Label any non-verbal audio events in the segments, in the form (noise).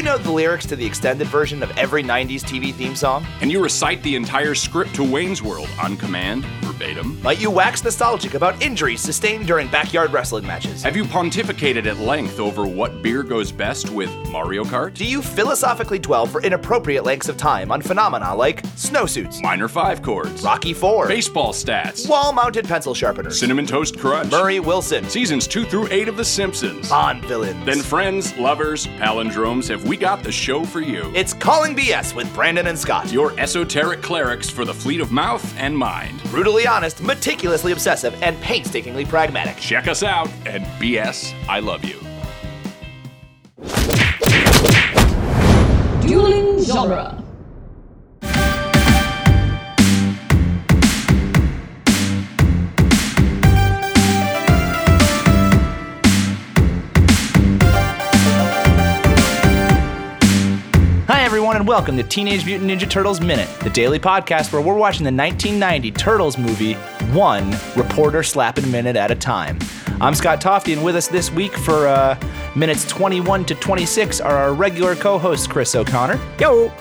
know the lyrics to the extended version of every 90s TV theme song? And you recite the entire script to Wayne's World on command, verbatim. Might you wax nostalgic about injuries sustained during backyard wrestling matches? Have you pontificated at length over what beer goes best with Mario Kart? Do you philosophically dwell for inappropriate lengths of time on phenomena like snowsuits, Minor five chords. Rocky Four, Baseball stats. wall mounted pencil sharpeners, Cinnamon Toast Crunch. Murray Ah. Wilson, Seasons two through eight of The Simpsons. Bond villains? Then, friends, lovers, palindromes, have we got the show for you? it's Calling BS with Brandon and Scott. Your esoteric clerics for the fleet of mouth and mind. brutally honest, meticulously obsessive, and painstakingly pragmatic. Check us out at BS I Love You. Dueling Genre. Hi, everyone, and welcome to Teenage Mutant Ninja Turtles Minute, the daily podcast where we're watching the 1990 Turtles movie, one reporter slapping minute at a time. I'm Scott Tofty, and with us this week for uh, minutes 21 to 26 are our regular co hosts, Chris O'Connor. Yo!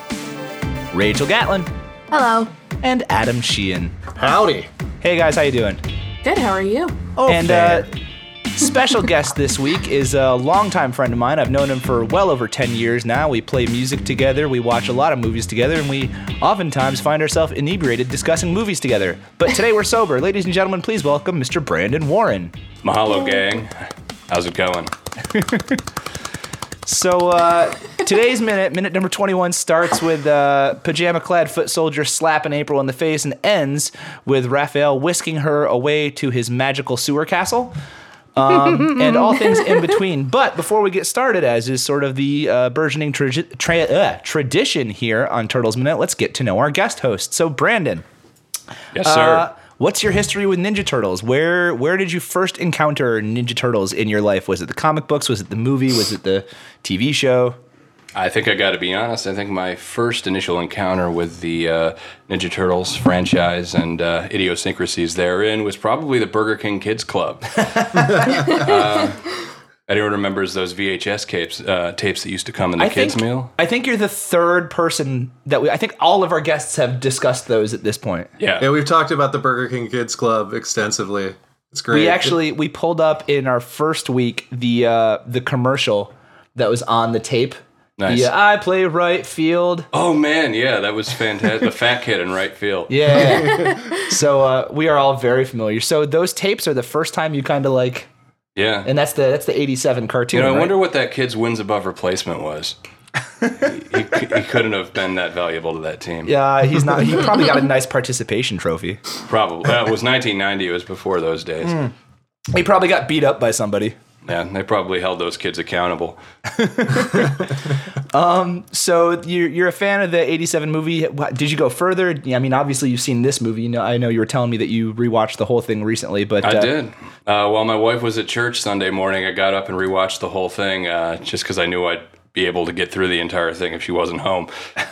Rachel Gatlin. Hello. And Adam Sheehan. Howdy. Hey, guys, how you doing? Good, how are you? Oh, and uh, fair. special guest this week is a longtime friend of mine. I've known him for well over 10 years now. We play music together, we watch a lot of movies together, and we oftentimes find ourselves inebriated discussing movies together. But today we're sober. Ladies and gentlemen, please welcome Mr. Brandon Warren. Mahalo, gang. How's it going? So uh, today's minute, minute number 21, starts with uh, pajama clad foot soldier slapping April in the face and ends with Raphael whisking her away to his magical sewer castle. Um, and all things in between. But before we get started, as is sort of the uh, burgeoning tra- tra- uh, tradition here on Turtles Minute, let's get to know our guest host. So, Brandon, Yes, sir. uh, what's your history with Ninja Turtles? Where where did you first encounter Ninja Turtles in your life? Was it the comic books? Was it the movie? Was it the TV show? I think I got to be honest. I think my first initial encounter with the uh, Ninja Turtles franchise and uh, idiosyncrasies therein was probably the Burger King Kids Club. (laughs) Um, anyone remembers those VHS tapes, uh, tapes that used to come in the kids' think, meal? I think you're the third person that we. I think all of our guests have discussed those at this point. Yeah. Yeah, we've talked about the Burger King Kids Club extensively. It's great. We actually we pulled up in our first week the uh, the commercial that was on the tape. Nice. Yeah, I play right field. oh, man. Yeah, that was fantastic. the fat kid in right field. Yeah. (laughs) so uh, we are all very familiar. So those tapes are the first time you kind of like, Yeah. and that's the that's the '87 cartoon. You know, I right? wonder what that kid's wins above replacement was. he, he couldn't have been that valuable to that team. Yeah, Uh, he's not. He probably got a nice participation trophy. Probably. Well, it was 1990. It was before those days. Hmm. He probably got beat up by somebody. Yeah, they probably held those kids accountable. So you're you're a fan of the '87 movie. Wha- Did you go further? I mean, obviously you've seen this movie. You know, I know you were telling me that you rewatched the whole thing recently, but I uh, did. Uh, while my wife was at church Sunday morning, I got up and rewatched the whole thing uh, just because I knew I'd be able to get through the entire thing if she (laughs) wasn't home.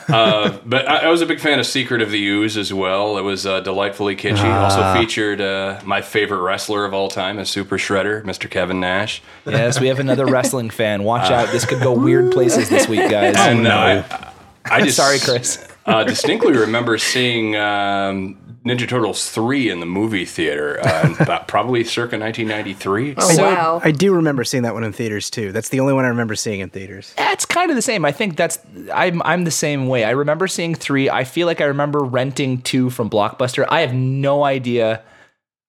Uh, but I, I was a big fan of Secret of the Ooze as well. It was uh, delightfully kitschy. Ah. also featured uh, my favorite wrestler of all time, a super shredder, Mr. Kevin Nash. (laughs) yes, we have another wrestling fan. Watch out, this could go weird places this week, guys. And uh, Ah. (laughs) I, I just Sorry, Chris. (laughs) uh, distinctly remember seeing um, Ninja Turtles three in the movie theater, uh, about probably circa 1993. Oh, wow. I do remember seeing that one in theaters too. That's the only one I remember seeing in theaters. That's kind of the same. I think that's I'm I'm the same way. I remember seeing three. I feel like I remember renting two from Blockbuster. I have no idea.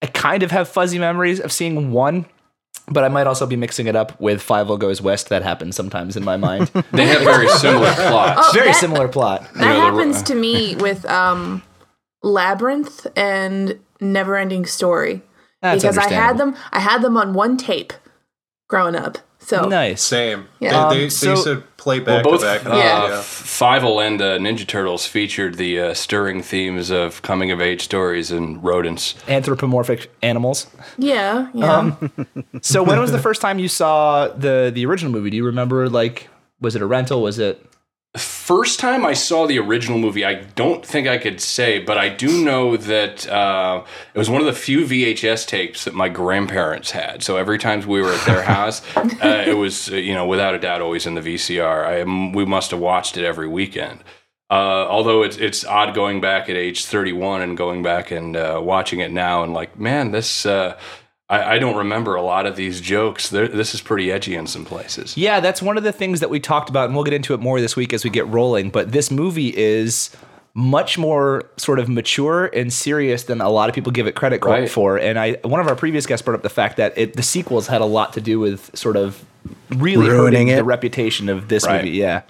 I kind of have fuzzy memories of seeing one, but I might also be mixing it up with Five O Goes West. That happens sometimes in my mind. They have very (laughs) similar Oh. plots. Very Oh, that- similar plot. Yeah, That the- happens (laughs) to me with um, Labyrinth and Never Ending Story. That's because I had understandable. them I had them on one tape growing up. So Nice. same. Yeah. Um, They, they, they so- used to play Well, back both to uh, back. Yeah. Fievel and uh, Ninja Turtles featured the uh, stirring themes of coming of age stories and rodents. Anthropomorphic animals. yeah, yeah. Um, (laughs) So when was the first time you saw the the original movie? Do you remember like was it a rental? Was it first time I saw the original movie, I don't think I could say, but I do know that uh, it was one of the few VHS tapes that my grandparents had. So every time we were at their house, uh, it was uh, you know without a doubt always in the VCR. I, m- we must have watched it every weekend. Uh, although it's it's odd going back at age 31 and going back and uh, watching it now and like man this uh, I, I don't remember a lot of these jokes. they this is pretty edgy in some places. Yeah, that's one of the things that we talked about, and we'll get into it more this week as we get rolling. But this movie is much more sort of mature and serious than a lot of people give it credit co- Right. for. And I, one of our previous guests brought up the fact that it, the sequels had a lot to do with sort of really hurting Ruining the it. reputation of this Right. movie. Yeah.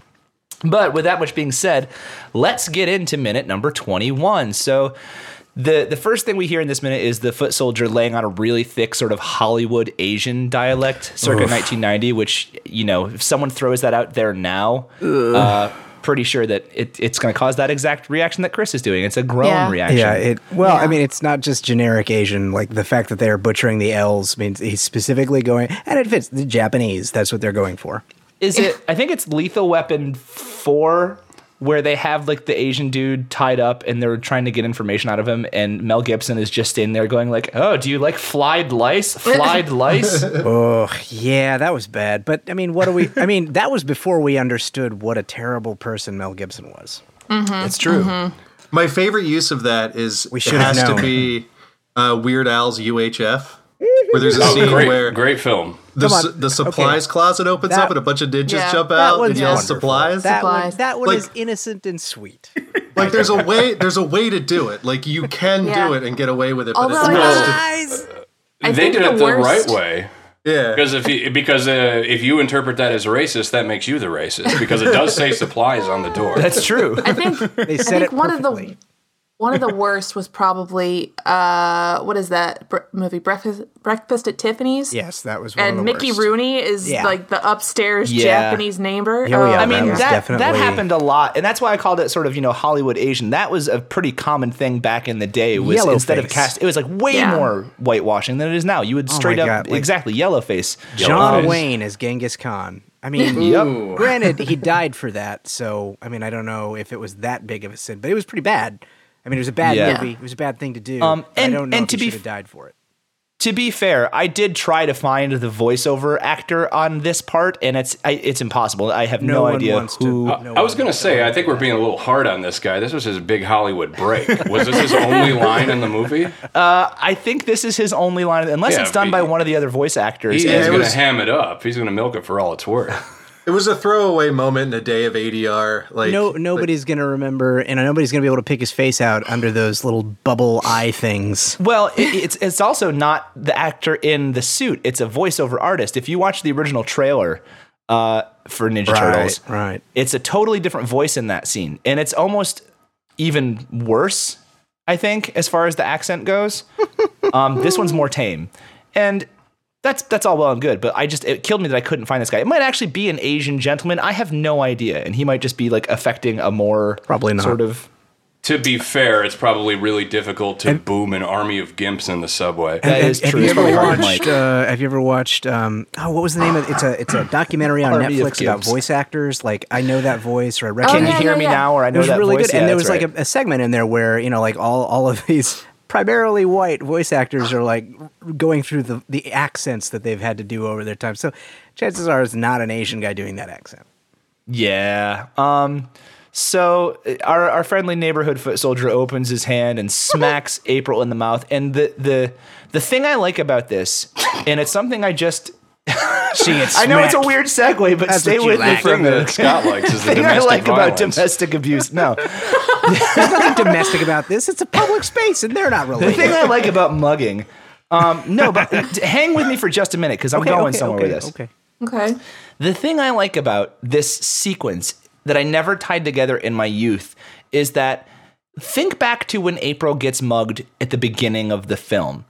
But with that much being said, let's get into minute number 21. So the the first thing we hear in this minute is the foot soldier laying on a really thick sort of Hollywood Asian dialect circa 1990, which, you know, if someone throws that out there now, uh, pretty sure that it, it's going to cause that exact reaction that Chris is doing. It's a grown Yeah. reaction. Yeah, it well, I Yeah. mean, it's not just generic Asian. Like the fact that they are butchering the L's means he's specifically going, and it fits the Japanese. That's what they're going for. is it i think it's lethal weapon 4 where they have like the asian dude tied up and they're trying to get information out of him and mel gibson is just in there going like oh do you like flied lice (laughs) flied lice Oh, yeah, that was bad. But I mean, what do we? I mean, that was before we understood what a terrible person Mel Gibson was. it's true My favorite use of that is We it should have has to known. be uh, Weird Al's UHF, where (laughs) there's a Oh, scene great, where great film. the, Come su- on. the supplies closet opens That- up and a bunch of ninjas Yeah. jump That out was and yell wonderful. supplies. That one, Supplies. that one Like- is innocent and sweet. like there's a way there's a way to do it. Like you can Yeah. do it and get away with it, but Although I it's thought- supposed to Guys, I they think did the it the right worst- way yeah. because if you, because uh, if you interpret that as racist, that makes you the racist because it does say supplies on the door. that's true I think they I said think it one of perfectly. the (laughs) one of the worst was probably uh what is that br- movie Breakfast Breakfast at Tiffany's? yes, that was one of And the Mickey worst. Rooney is Yeah. like the upstairs Yeah. Japanese neighbor. Um, Oh, yeah, I that mean was that that definitely- happened a lot, and that's why I called it sort of you know Hollywood Asian. That was a pretty common thing back in the day. Was Yellow instead of face. Oh cast, it was like way Yeah. more whitewashing than it is now. You would straight up God, like- exactly yellow face. John Eyes. Wayne as Genghis Khan. (laughs) I mean, Yep. granted, he died for that, so I mean, I don't know if it was that big of a sin, but it was pretty bad. I mean, it was a bad Yeah. movie. It was a bad thing to do. Um, but and- I don't know and if to be he should f- have died for it. to be fair, I did try to find the voiceover actor on this part, and it's I, it's impossible. I have no, No one idea wants to- who. No I was gonna say, I think we're being a little hard on this guy. This was his big Hollywood break. Was this his only line in the movie? I think this is his only line, unless Yeah, it's done he- by one of the other voice actors. He's And- it gonna was- ham it up. He's gonna milk it for all it's worth. It was a throwaway moment in a day of ADR. Like No, nobody's gonna remember, and nobody's gonna be able to pick his face out under those little bubble eye things. Well, it, it's it's also not the actor in the suit; it's a voiceover artist. If you watch the original trailer uh, for Ninja Turtles, right. it's a totally different voice in that scene, and it's almost even worse. I think, as far as the accent (laughs) goes, um, this one's more tame, and that's that's all well and good. But I just it killed me that I couldn't find this guy. It might actually be an Asian gentleman. I have no idea, and he might just be like affecting a more Probably not. sort of to be fair, it's probably really difficult to boom an army of gimps in the subway. that is have true. you It's ever probably hard, watched? Mike. Uh, have you ever watched? Um, oh, what was the name of it's a it's a documentary on Army of Netflix about Gibbs. voice actors. Like I know that voice, or I Can recognize. you Oh, yeah, hear yeah, me yeah. now? Or I know it was that really voice. good. Yeah, and there that's was right. like a, a segment in there where, you know, like all, all of these primarily white voice actors are like going through the, the accents that they've had to do over their time. So chances are it's not an Asian guy doing that accent. Yeah. Um. So uh, our our friendly neighborhood foot soldier opens his hand (laughs) and smacks April in the mouth. And the the the thing I like about this, and it's something I just She gets I know it's a (laughs) weird segue, but That's stay what you with me lack. for a thing that minute. Scott likes (laughs) is the Thing I domestic like about violence. domestic abuse. (laughs) No, nothing domestic about this. It's a public space and they're not the related. thing I like about mugging. Um, no, but uh, hang with me for just a minute because I'm Okay, going okay, somewhere okay, with this. Okay. Okay. The thing I like about this sequence that I never tied together in my youth is that think back to when April gets mugged at the beginning of the film.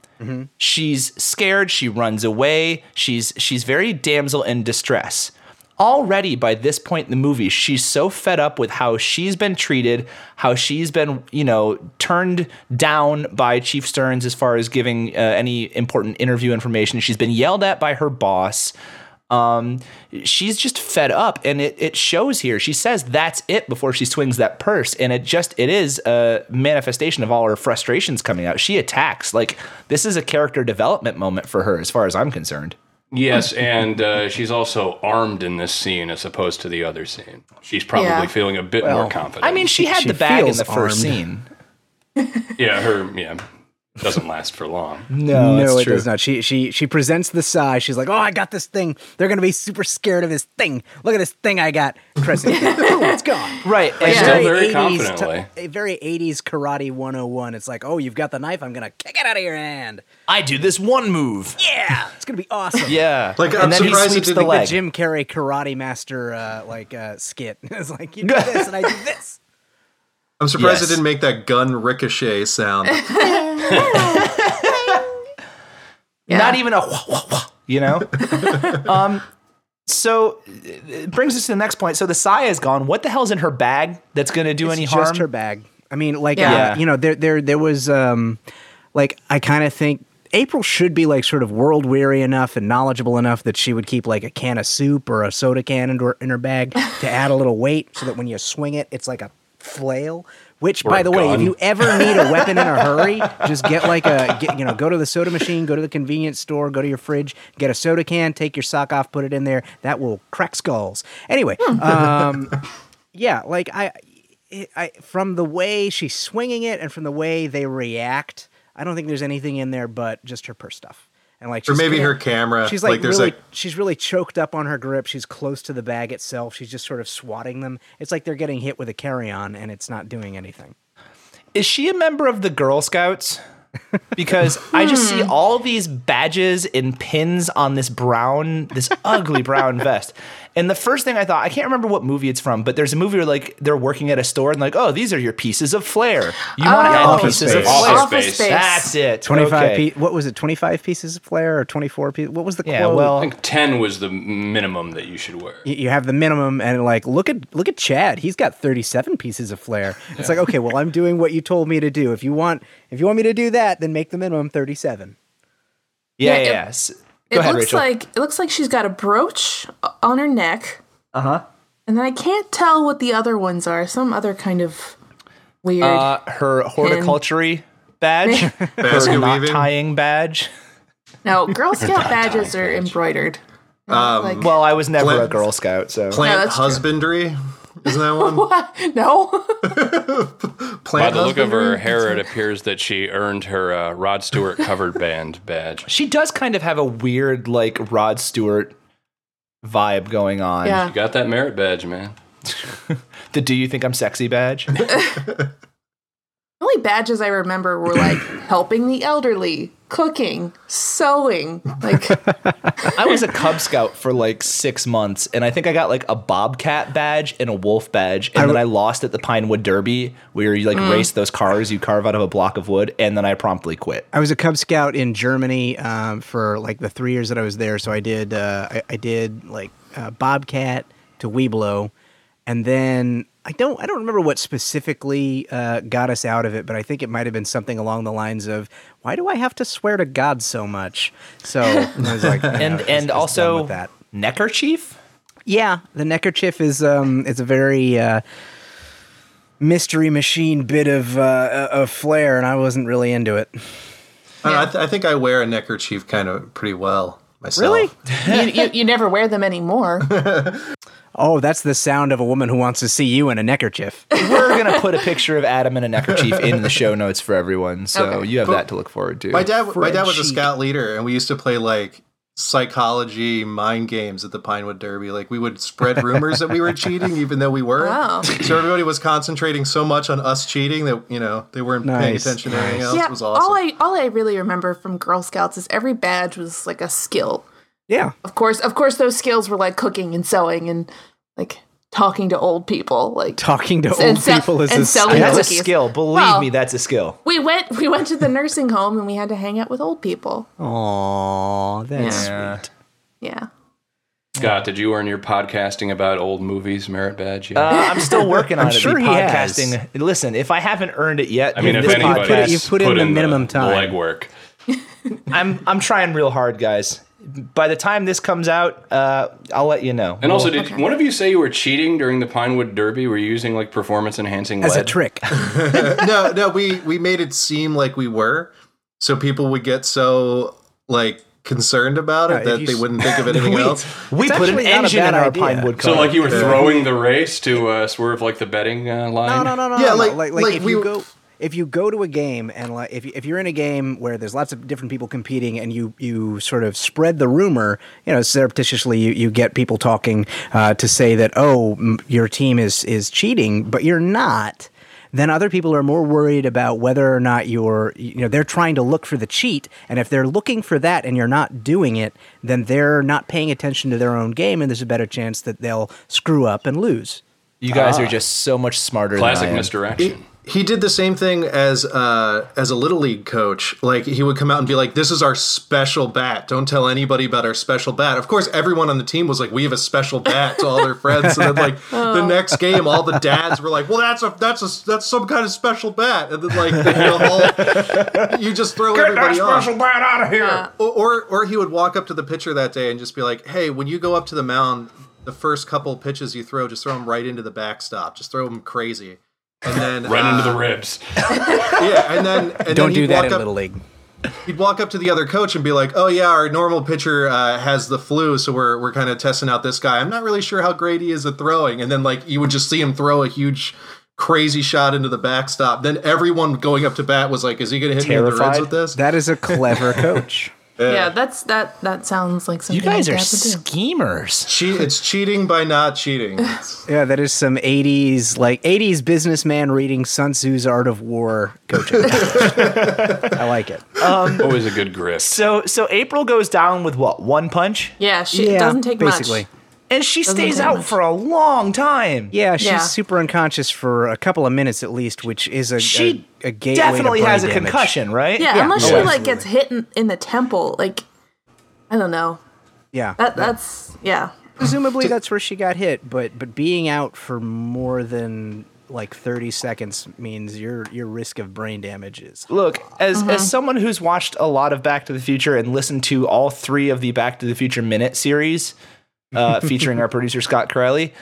She's scared, she runs away, she's she's very damsel in distress. Already by this point in the movie, she's so fed up with how she's been treated, how she's been, you know, turned down by Chief Stearns as far as giving uh, any important interview information. She's been yelled at by her boss Um, she's just fed up, and it it shows here. She says that's it before she swings that purse, and it just it is a manifestation of all her frustrations coming out. She attacks like this is a character development moment for her, as far as I'm concerned. Yes, and uh, she's also armed in this scene as opposed to the other scene. She's probably Yeah. feeling a bit more confident. I mean, she had she the bag in feels the first armed. scene. yeah, her yeah doesn't last for long. No, no, that's it true. does not. She she she presents the size. She's like, "Oh, I got this thing. They're gonna be super scared of this thing. Look at this thing I got." (laughs) Pressing, it. Boom, it's gone. Right, and Still then- very 80s confidently. a very '80s karate 101. It's like, "Oh, you've got the knife. I'm gonna kick it out of your hand. I do this one move. (laughs) Yeah, it's gonna be awesome." Yeah, Like, and I'm then surprised it he sweeps didn't the get leg. Jim Carrey karate master uh, like uh, skit. (laughs) it's like you do this and I do this. I'm surprised Yes. it didn't make that gun ricochet (laughs) sound. Yeah. Not even a wah, wah, wah, you (laughs) know? um, so it brings us to the next point. So the Saya is gone. What the hell's in her bag that's going to do any It's harm? Just her bag. I mean, like Yeah. uh, you know, there there there was um, like I kind of think April should be like sort of world weary enough and knowledgeable enough that she would keep like a can of soup or a soda can in her, in her bag to add a little weight so that when you swing it, it's like a flail. Which, by a the way, if gun. you ever need a weapon (laughs) in a hurry, just get like a get, you know, go to the soda machine, go to the convenience store, go to your fridge, get a soda can, take your sock off, put it in there. That will crack skulls. Anyway, Hmm. um, yeah, like I, I from the way she's swinging it and from the way they react, I don't think there's anything in there but just her purse stuff and like or she's maybe her kinda- camera. She's like, there's really, like she's really choked up on her grip. She's close to the bag itself. She's just sort of swatting them. It's like they're getting hit with a carry-on and it's not doing anything. Is she a member of the Girl Scouts? Because I just Hmm. see all these badges and pins on this brown, this ugly brown vest. And the first thing I thought, I can't remember what movie it's from, but there's a movie where like they're working at a store and like, oh, these are your pieces of flair. You want to Oh. have Office pieces of space. flair. Office space. That's it. 25 Okay. piece. what was it? 25 pieces of flair or 24 pieces? What was the Yeah, quote? I well, think ten was the minimum that you should wear. Y- you have the minimum and like look at look at Chad. He's got 37 pieces of flair. It's like, okay, well, I'm doing what you told me to do. If you want if you want me to do that, then make the minimum 37. Yeah, Yeah, yeah. it- yeah. S- It Go ahead, looks Rachel. like it looks like she's got a brooch o- on her neck. Uh huh. Uh-huh. And then I can't tell what the other ones are. Some other kind of weird. uh, her horticultury (laughs) badge, her basket knot weaving. tying badge. no, Girl Scout badges are embroidered. Um, like- Well, I was never a Plant- Girl Scout, so Plant that's true. husbandry. Isn't that (laughs) one? (laughs) no. By Plant the look of husbandry? her mm-hmm. hair, it appears that she earned her uh, Rod Stewart covered band badge. she does kind of have a weird, like Rod Stewart vibe going on. yeah. You got that merit badge, man. (laughs) The "Do you think I'm sexy" badge? The only badges I remember were (coughs) like helping the elderly, cooking, sewing. Like I was a Cub Scout for like six months, and I think I got like a Bobcat badge and a Wolf badge, and then I lost at the Pinewood Derby, where you like Mm. race those cars you carve out of a block of wood, and then I promptly quit. I was a Cub Scout in Germany um, for like the three years that I was there. So I did uh, I, I did like uh, Bobcat to Weeblo, and then I don't I don't remember what specifically uh, got us out of it, but I think it might have been something along the lines of why do I have to swear to God so much? So I (laughs) was like, you know, And I was- I was and done also with that. neckerchief. Yeah, the neckerchief is um it's a very uh mystery machine bit of uh of flair and I wasn't really into it. I, don't know, I, th- I think I wear a neckerchief kind of pretty well myself. Really? you, you, you never wear (laughs) them anymore. Oh, that's the sound of a woman who wants to see you in a neckerchief. (laughs) We're gonna put a picture of Adam in a neckerchief in the show notes for everyone, so Okay. you have that to look forward to. My dad, my dad was a Frenchie. scout leader, and we used to play like psychology mind games at the Pinewood Derby. Like we would spread rumors that we were cheating, even though we were. Wow. So everybody was concentrating so much on us cheating that you know they weren't paying Nice, attention to anything else. yeah. It was awesome. All I all I really remember from Girl Scouts is every badge was like a skill. Yeah. Of course, of course, those skills were like cooking and sewing and like talking to old people. Like Talking to And old sell- people is and a selling skill. that's a cookies. skill. Believe Well- me, that's a skill. we went we went to the nursing home and we had to hang out with old people. Aw, that's sweet. Yeah. Scott, did you earn your podcasting about old movies merit badge? yet? Uh, I'm still working on it. sure the he has. podcasting. Listen, if I haven't earned it yet, I mean, in if this anybody, podcast, you put in the minimum time. legwork. I'm I'm trying real hard, guys. by the time this comes out, uh, I'll let you know. And also, did one of you say you were cheating during the Pinewood Derby? Were you using like performance enhancing As a lead? trick. (laughs) no, no, we we made it seem like we were, so people would get so like concerned about Yeah, it Uh, if that you they s- wouldn't (laughs) think of anything we, else. we It's put an actually not a engine bad in our idea. Pinewood car. So like you were throwing the race to uh, swerve like the betting uh, No, line. no, no, no. Yeah, no. like- like, like if we- you go if you go to a game and like if you- if you're in a game where there's lots of different people competing and you you sort of spread the rumor, you know, surreptitiously you, you get people talking uh, to say that oh m- your team is is cheating, but you're not. Then other people are more worried about whether or not you're, you know, they're trying to look for the cheat. And if they're looking for that and you're not doing it, then they're not paying attention to their own game. And there's a better chance that they'll screw up and lose. you guys are Ah. just so much smarter. Classic than I am. misdirection. He did the same thing as uh, as a little league coach. Like he would come out and be like, "This is our special bat. Don't tell anybody about our special bat." Of course, everyone on the team was like, "We have a special bat" to all (laughs) their friends. And then like Oh. the next game, all the dads were like, "Well, that's a that's a that's some kind of special bat." And then like the whole, you just throw everybody off. bat out of here. Or, or or he would walk up to the pitcher that day and just be like, "Hey, when you go up to the mound, the first couple pitches you throw, just throw them right into the backstop. Just throw them crazy." (laughs) And then Right uh, into the ribs. yeah, and then and Don't then do he'd that walk in up, Little League. He'd walk up to the other coach and be like, "Oh yeah, our normal pitcher uh, has the flu, so we're we're kind of testing out this guy. I'm not really sure how great he is at throwing." And then like you would just see him throw a huge, crazy shot into the backstop. Then everyone going up to bat was like, "Is he going to hit me in the Terrified. ribs with this?" That is a (laughs) clever coach. Yeah. that's that. That sounds like You something guys like are that would do. schemers. Che- it's cheating by not (laughs) cheating. It's- yeah, that is some '80s like '80s businessman reading Sun Tzu's Art of War (laughs) coaching. I like it. Always a good grip. So so April goes down with what one punch, Yeah, she it doesn't take basically. much. and she stays take out much. for a long time. Yeah, she's Yeah. super unconscious for a couple of minutes at least, which is a She a, a gateway to definitely brain has a damage. concussion, right? Yeah, unless Oh, she like gets hit in, in the temple. Like, I don't know. Yeah, That that's yeah. presumably that's where she got hit. But but being out for more than like 30 seconds means your your risk of brain damage is Look, as as someone who's watched a lot of Back to the Future and listened to all three of the Back to the Future minute series, uh, featuring our producer Scott Corelli,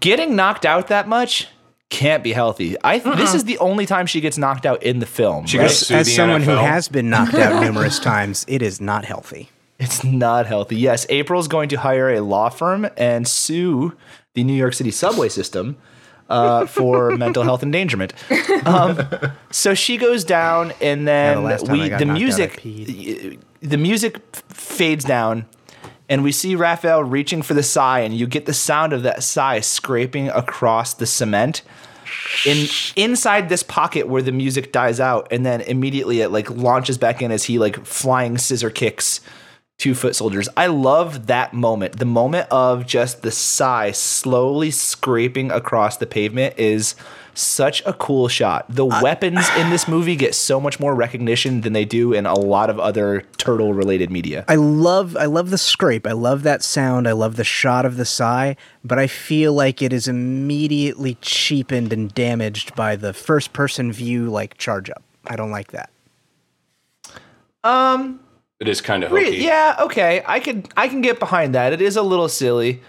getting knocked out that much can't be healthy. I this is the only time she gets knocked out in the film. She right? goes- Sue as the someone who NFL. has been knocked (laughs) out numerous times, it is not healthy. It's not healthy. Yes, April's going to hire a law firm and sue the New York City subway system uh, (laughs) for mental health endangerment. Um, so she goes down, and the then last time I we got the knocked out, music I the music f- fades down, and we see Raphael reaching for the sigh, and you get the sound of that sigh scraping across the cement in inside this pocket where the music dies out and then immediately it like launches back in as he like flying scissor kicks two foot soldiers i love that moment the moment of just the sigh slowly scraping across the pavement is such a cool shot the weapons in (sighs) this movie get so much more recognition than they do in a lot of other turtle related media I love I love the scrape. I love that sound. I love the shot of the sigh, but I feel like it is immediately cheapened and damaged by the first person view like charge up. I don't like that. It is kind of hokey. yeah okay i could i can get behind that it is a little silly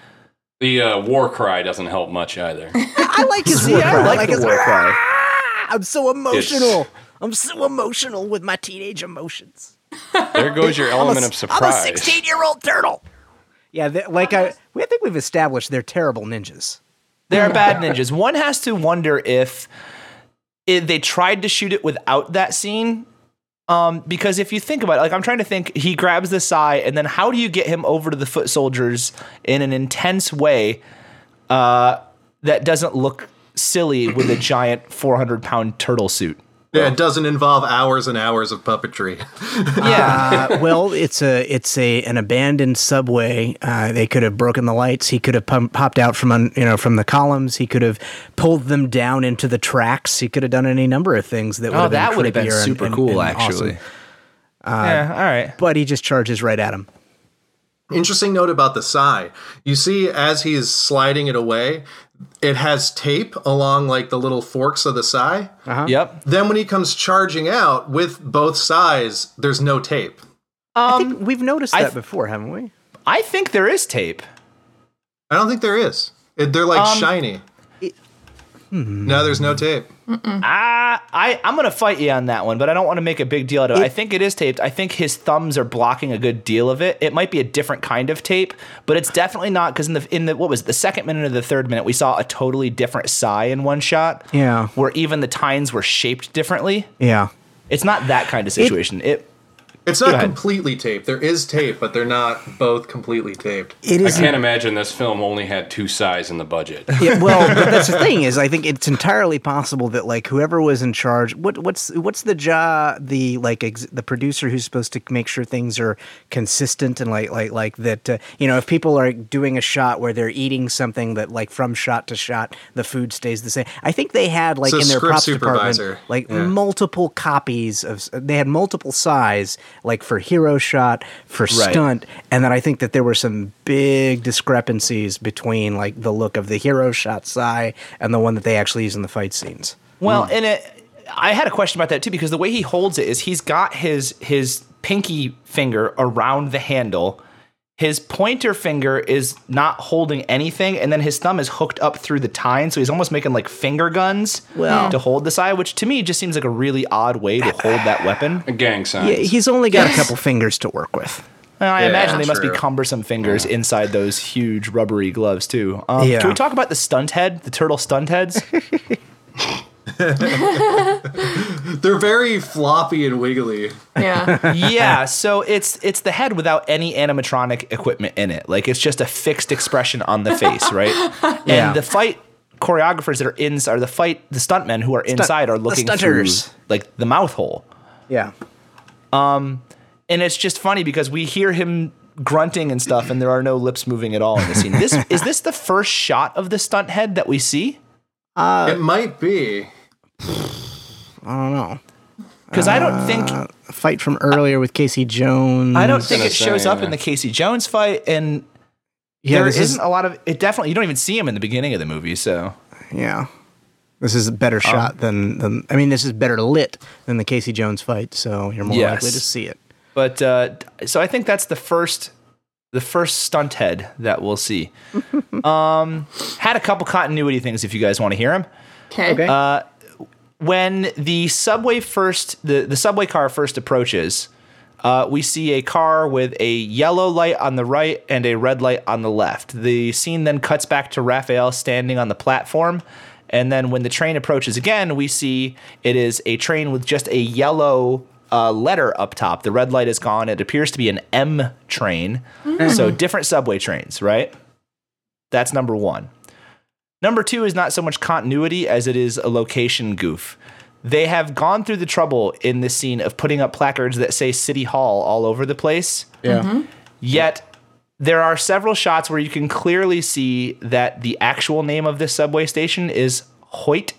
The uh, war cry doesn't help much either. I (laughs) like his yeah i like, the his, war cry I'm so emotional. I'm so emotional with my teenage emotions. (laughs) There goes (laughs) your element of surprise. year old turtle. Yeah, they- like I, we- I think we've established they're terrible ninjas. They're bad ninjas. One has to wonder if, if they tried to shoot it without that scene. Um, because if you think about it, like I'm trying to think, he grabs the Psy, and then how do you get him over to the foot soldiers in an intense way uh, that doesn't look silly with a giant 400 pound turtle suit? Yeah, it doesn't involve hours and hours of (laughs) puppetry. (laughs) (laughs) Yeah. Uh, well, it's a it's a an abandoned subway. Uh, they could have broken the lights. He could have pum- popped out from un, you know from the columns. He could have pulled them down into the tracks. He could have done any number of things that would oh, have been that would have been creepier and- super and- cool, and awesome. Uh, actually. yeah. All right. But he just charges right at him. Interesting note about the sigh. You see, as he is sliding it away, it has tape along like the little forks of the sigh. Yep. Then when he comes charging out with both sides, there's no tape. Um, I think we've noticed that before, haven't we? I think there is tape. I don't think there is. It, they're like shiny. no, there's no tape. Ah, I, I'm going to fight you on that one, but I don't want to make a big deal out of it. I think it is taped. I think his thumbs are blocking a good deal of it. It might be a different kind of tape, but it's definitely not because in the in the what was it, the second minute of the third minute, we saw a totally different sigh in one shot. Yeah. where even the tines were shaped differently. Yeah. It's not that kind of situation. It, It's not ahead. completely taped. There is tape, but they're not both completely taped. It I is can't imagine this film only had two size in the (laughs) budget. (laughs) Yeah, well, but that's the thing is, I think it's entirely possible that like whoever was in charge, what what's what's the job, the like ex, the producer who's supposed to make sure things are consistent and like like like that. Uh, you know, if people are doing a shot where they're eating something that like from shot to shot, the food stays the same. I think they had like So in their script props supervisor. department like multiple copies of. They had multiple size like for hero shot for Right. stunt and then I think that there were some big discrepancies between like the look of the hero shot Sai and the one that they actually use in the fight scenes. Well, and it, I had a question about that too because the way he holds it is he's got his his pinky finger around the handle. His pointer finger is not holding anything, and then his thumb is hooked up through the tine, so he's almost making like finger guns Well- to hold the side, which to me just seems like a really odd way to hold that (laughs) weapon. A gang sign. Yeah, he's only got a couple fingers to work with. And I Yeah, imagine they must be true. cumbersome fingers inside those huge rubbery gloves too. Um, Yeah. Can we talk about the stunt head, the turtle stunt (laughs) heads? They're very floppy and wiggly. (laughs) Yeah. (laughs) yeah, so it's it's the head without any animatronic equipment in it. Like it's just a fixed expression on the (laughs) face, right? Yeah. And the fight choreographers that are inside, or the fight, the stuntmen who are inside are the looking through stunters. like the mouth hole, Yeah. and it's just funny because we hear him grunting and stuff, and there are no lips moving at all in the scene. (laughs) This is this the first shot of the stunt head that we see? it might be. I don't know. Because I don't think A fight from earlier with Casey Jones. I don't think it say, shows up in yeah. the Casey Jones fight, and yeah, there this isn't is, a lot of it. Definitely, you don't even see him in the beginning of the movie, so. yeah. This is a Um, better shot than, than I mean, this is better lit than the Casey Jones fight, so you're more Yes. likely to see it. But uh, so I think that's the first the first stunt head that we'll see. um, had a couple continuity things if you guys want to hear them. Okay. Okay. When the subway first the, the subway car first approaches, uh, we see a car with a yellow light on the right and a red light on the left. The scene then cuts back to Raphael standing on the platform. And then when the train approaches again, we see it is a train with just a yellow uh, letter up top. The red light is gone. It appears to be an M train. So different subway trains, right? That's number one. Number two is not so much continuity as it is a location goof. They have gone through the trouble in this scene of putting up placards that say City Hall all over the place. yeah. Yet there are several shots where you can clearly see that the actual name of this subway station is Hoyt.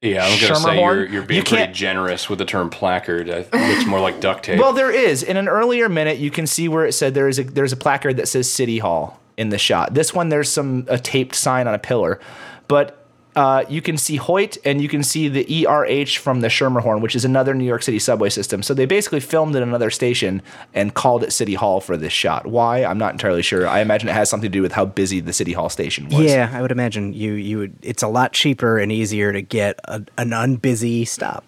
Yeah, I'm gonna say Schermerhorn? you're, you're being You pretty can't- generous with the term placard. It looks more like (laughs) duct tape. Well, there is. In an earlier minute, you can see where it said there is a there's a placard that says City Hall in the shot. This one there's some a taped sign on a pillar, but uh, you can see Hoyt and you can see the ERH from the Schermerhorn, which is another New York City subway system. So they basically filmed at another station and called it City Hall for this shot. Why? I'm not entirely sure. I imagine it has something to do with how busy the City Hall station was. Yeah, I would imagine you you would. It's a lot cheaper and easier to get a, an unbusy stop.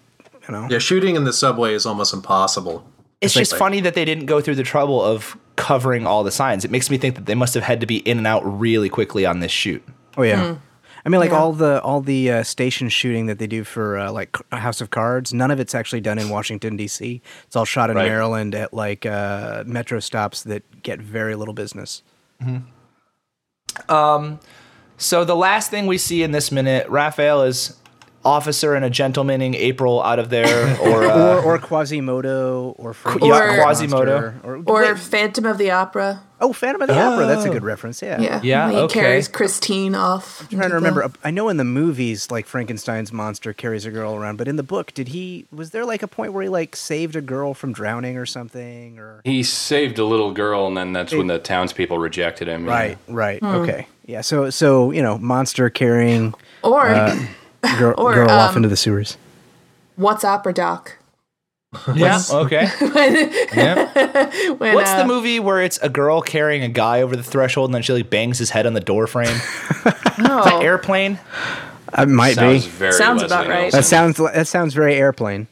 You know. Yeah, shooting in the subway is almost impossible. It's just funny that they didn't go through the trouble of covering all the signs. It makes me think that they must have had to be in and out really quickly on this shoot. Oh yeah. I mean, like all the all the uh, station shooting that they do for uh, like C- House of Cards, none of it's actually done in Washington D.C. It's all shot in Right. Maryland at like uh, metro stops that get very little business. So the last thing we see in this minute, Raphael is officer and a gentlemaning April out of there, or uh, or or Quasimodo or Frankenstein yeah, monster, Quasimodo. or, Or wait, Phantom of the Opera. oh Phantom of the Opera. That's a good reference. Yeah. Yeah. Yeah, He okay. carries Christine off. I'm trying to remember. I know in the movies, like Frankenstein's monster carries a girl around, but in the book, did he? Was there like a point where he like saved a girl from drowning or something? Or he saved a little girl, and then that's when the townspeople rejected him. yeah. right, right, Hmm. okay, yeah. So, so you know, monster (laughs) carrying Or girl, Uh, Or, girl off um, into the sewers. What's Opera Doc? Yeah. Okay. yeah. When, What's the uh, movie where it's a girl carrying a guy over the threshold and then she like bangs his head on the door frame? oh, Airplane. Uh, It might Sounds be. very Sounds Leslie about right. Nielsen. That sounds that sounds very airplane.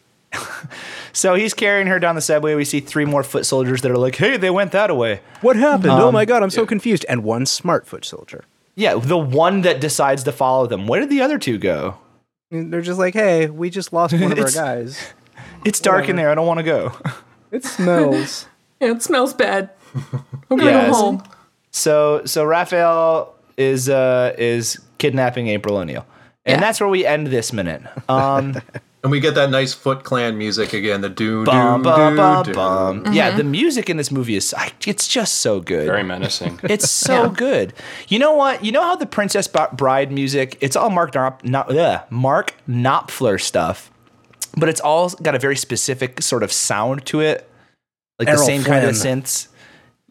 So he's carrying her down the subway. We see three more foot soldiers that are like, "Hey, they went that way." What happened? oh my god, I'm so confused. And one smart foot soldier. Yeah, the one that decides to follow them. Where did the other two go? And they're just like, hey, we just lost one (laughs) of our It's- guys. It's dark in there. I don't want to go. It smells. it smells bad. I'm gonna Yes. go home. So so Raphael is uh is kidnapping April O'Neil. And Yeah. that's where we end this minute. Um And we get that nice Foot Clan music again. The doom, bum, doom, (laughs) bum, doom, bum, doom. bum. Yeah, the music in this movie is I- it's just so good. Very menacing. (laughs) It's so good. You know what? You know how the Princess Bi- Bride music, it's all Mark Knop, not, ugh, Mark Knopfler stuff, but it's all got a very specific sort of sound to it, like the Errol same kind of Flynn. synths.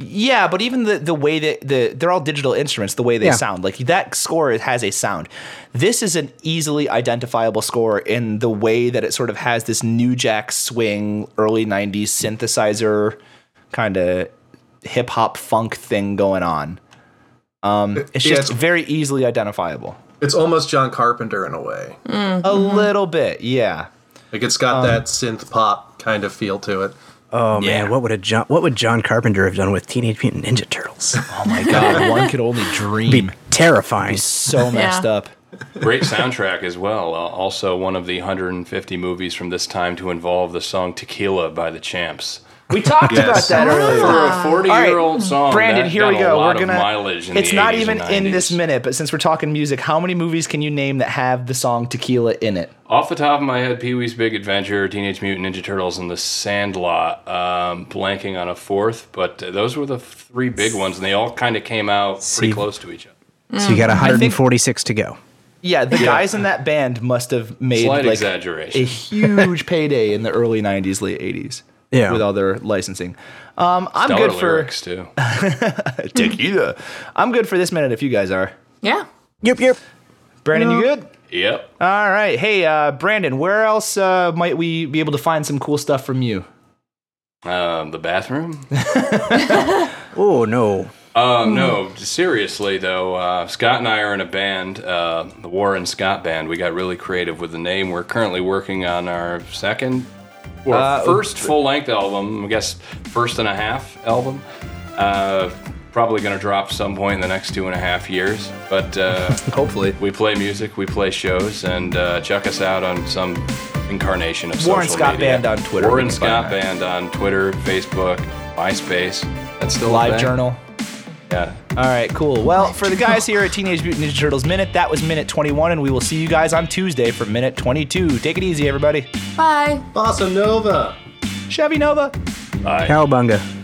Yeah, but even the, the way that the they're all digital instruments, the way they Yeah. sound like that score has a sound. This is an easily identifiable score in the way that it sort of has this new jack swing, early '90s synthesizer kind of hip hop funk thing going on. Um, it's yeah, just it's- very easily identifiable. It's almost John Carpenter in a way. Mm-hmm. A little bit, yeah. Like it's got Um, that synth pop kind of feel to it. Oh man, (laughs) what would a John what would John Carpenter have done with Teenage Mutant Ninja Turtles? Oh my god, one could only dream. Terrifying. So messed Yeah. up. Great soundtrack as well. Uh, also, one of the 150 movies from this time to involve the song Tequila by the Champs. We talked Yes. about that earlier. For a 40 All right, year old song. Brandon, Oh, that here got we a go. lot We're of gonna. mileage in it's the not 80s even and in this 90s. minute, but since we're talking music, how many movies can you name that have the song "Tequila" in it? Off the top of my head, Pee Wee's Big Adventure, Teenage Mutant Ninja Turtles, and The Sandlot. Um, blanking on a fourth, but uh, those were the three big ones, and they all kind of came out pretty See. close to each other. So you got 146 to go. Yeah, the guys in that band must have made Slight like exaggeration. a huge payday in the early '90s, late '80s. Yeah. with all their licensing. Um, I'm Dollar good for lyrics too. tequila. I'm good for this minute if you guys are. Yeah. Yep, yep. Brandon, you good? yep. All right. Hey, uh, Brandon, where else uh, might we be able to find some cool stuff from you? Um, the bathroom. (laughs) Oh no. Um, no, seriously though, uh, Scott and I are in a band, uh, the Warren Scott Band. We got really creative with the name. We're currently working on our second or Uh, first full length album, I guess first and a half album. Uh, probably going to drop some point in the next two and a half years, but (laughs) uh, Hopefully. we play music, we play shows, and uh, check us out on some incarnation of Warren social Scott media. Band on Twitter. Warren We can find Scott that. Band on Twitter, Facebook, MySpace. That's still a Live thing. journal. Yeah. All right, cool. Well, for the guys here at Teenage Mutant Ninja Turtles Minute, that was Minute 21, and we will see you guys on Tuesday for Minute 22. Take it easy, everybody. Bye. Bossa Nova. Chevy Nova. Bye. Cowabunga.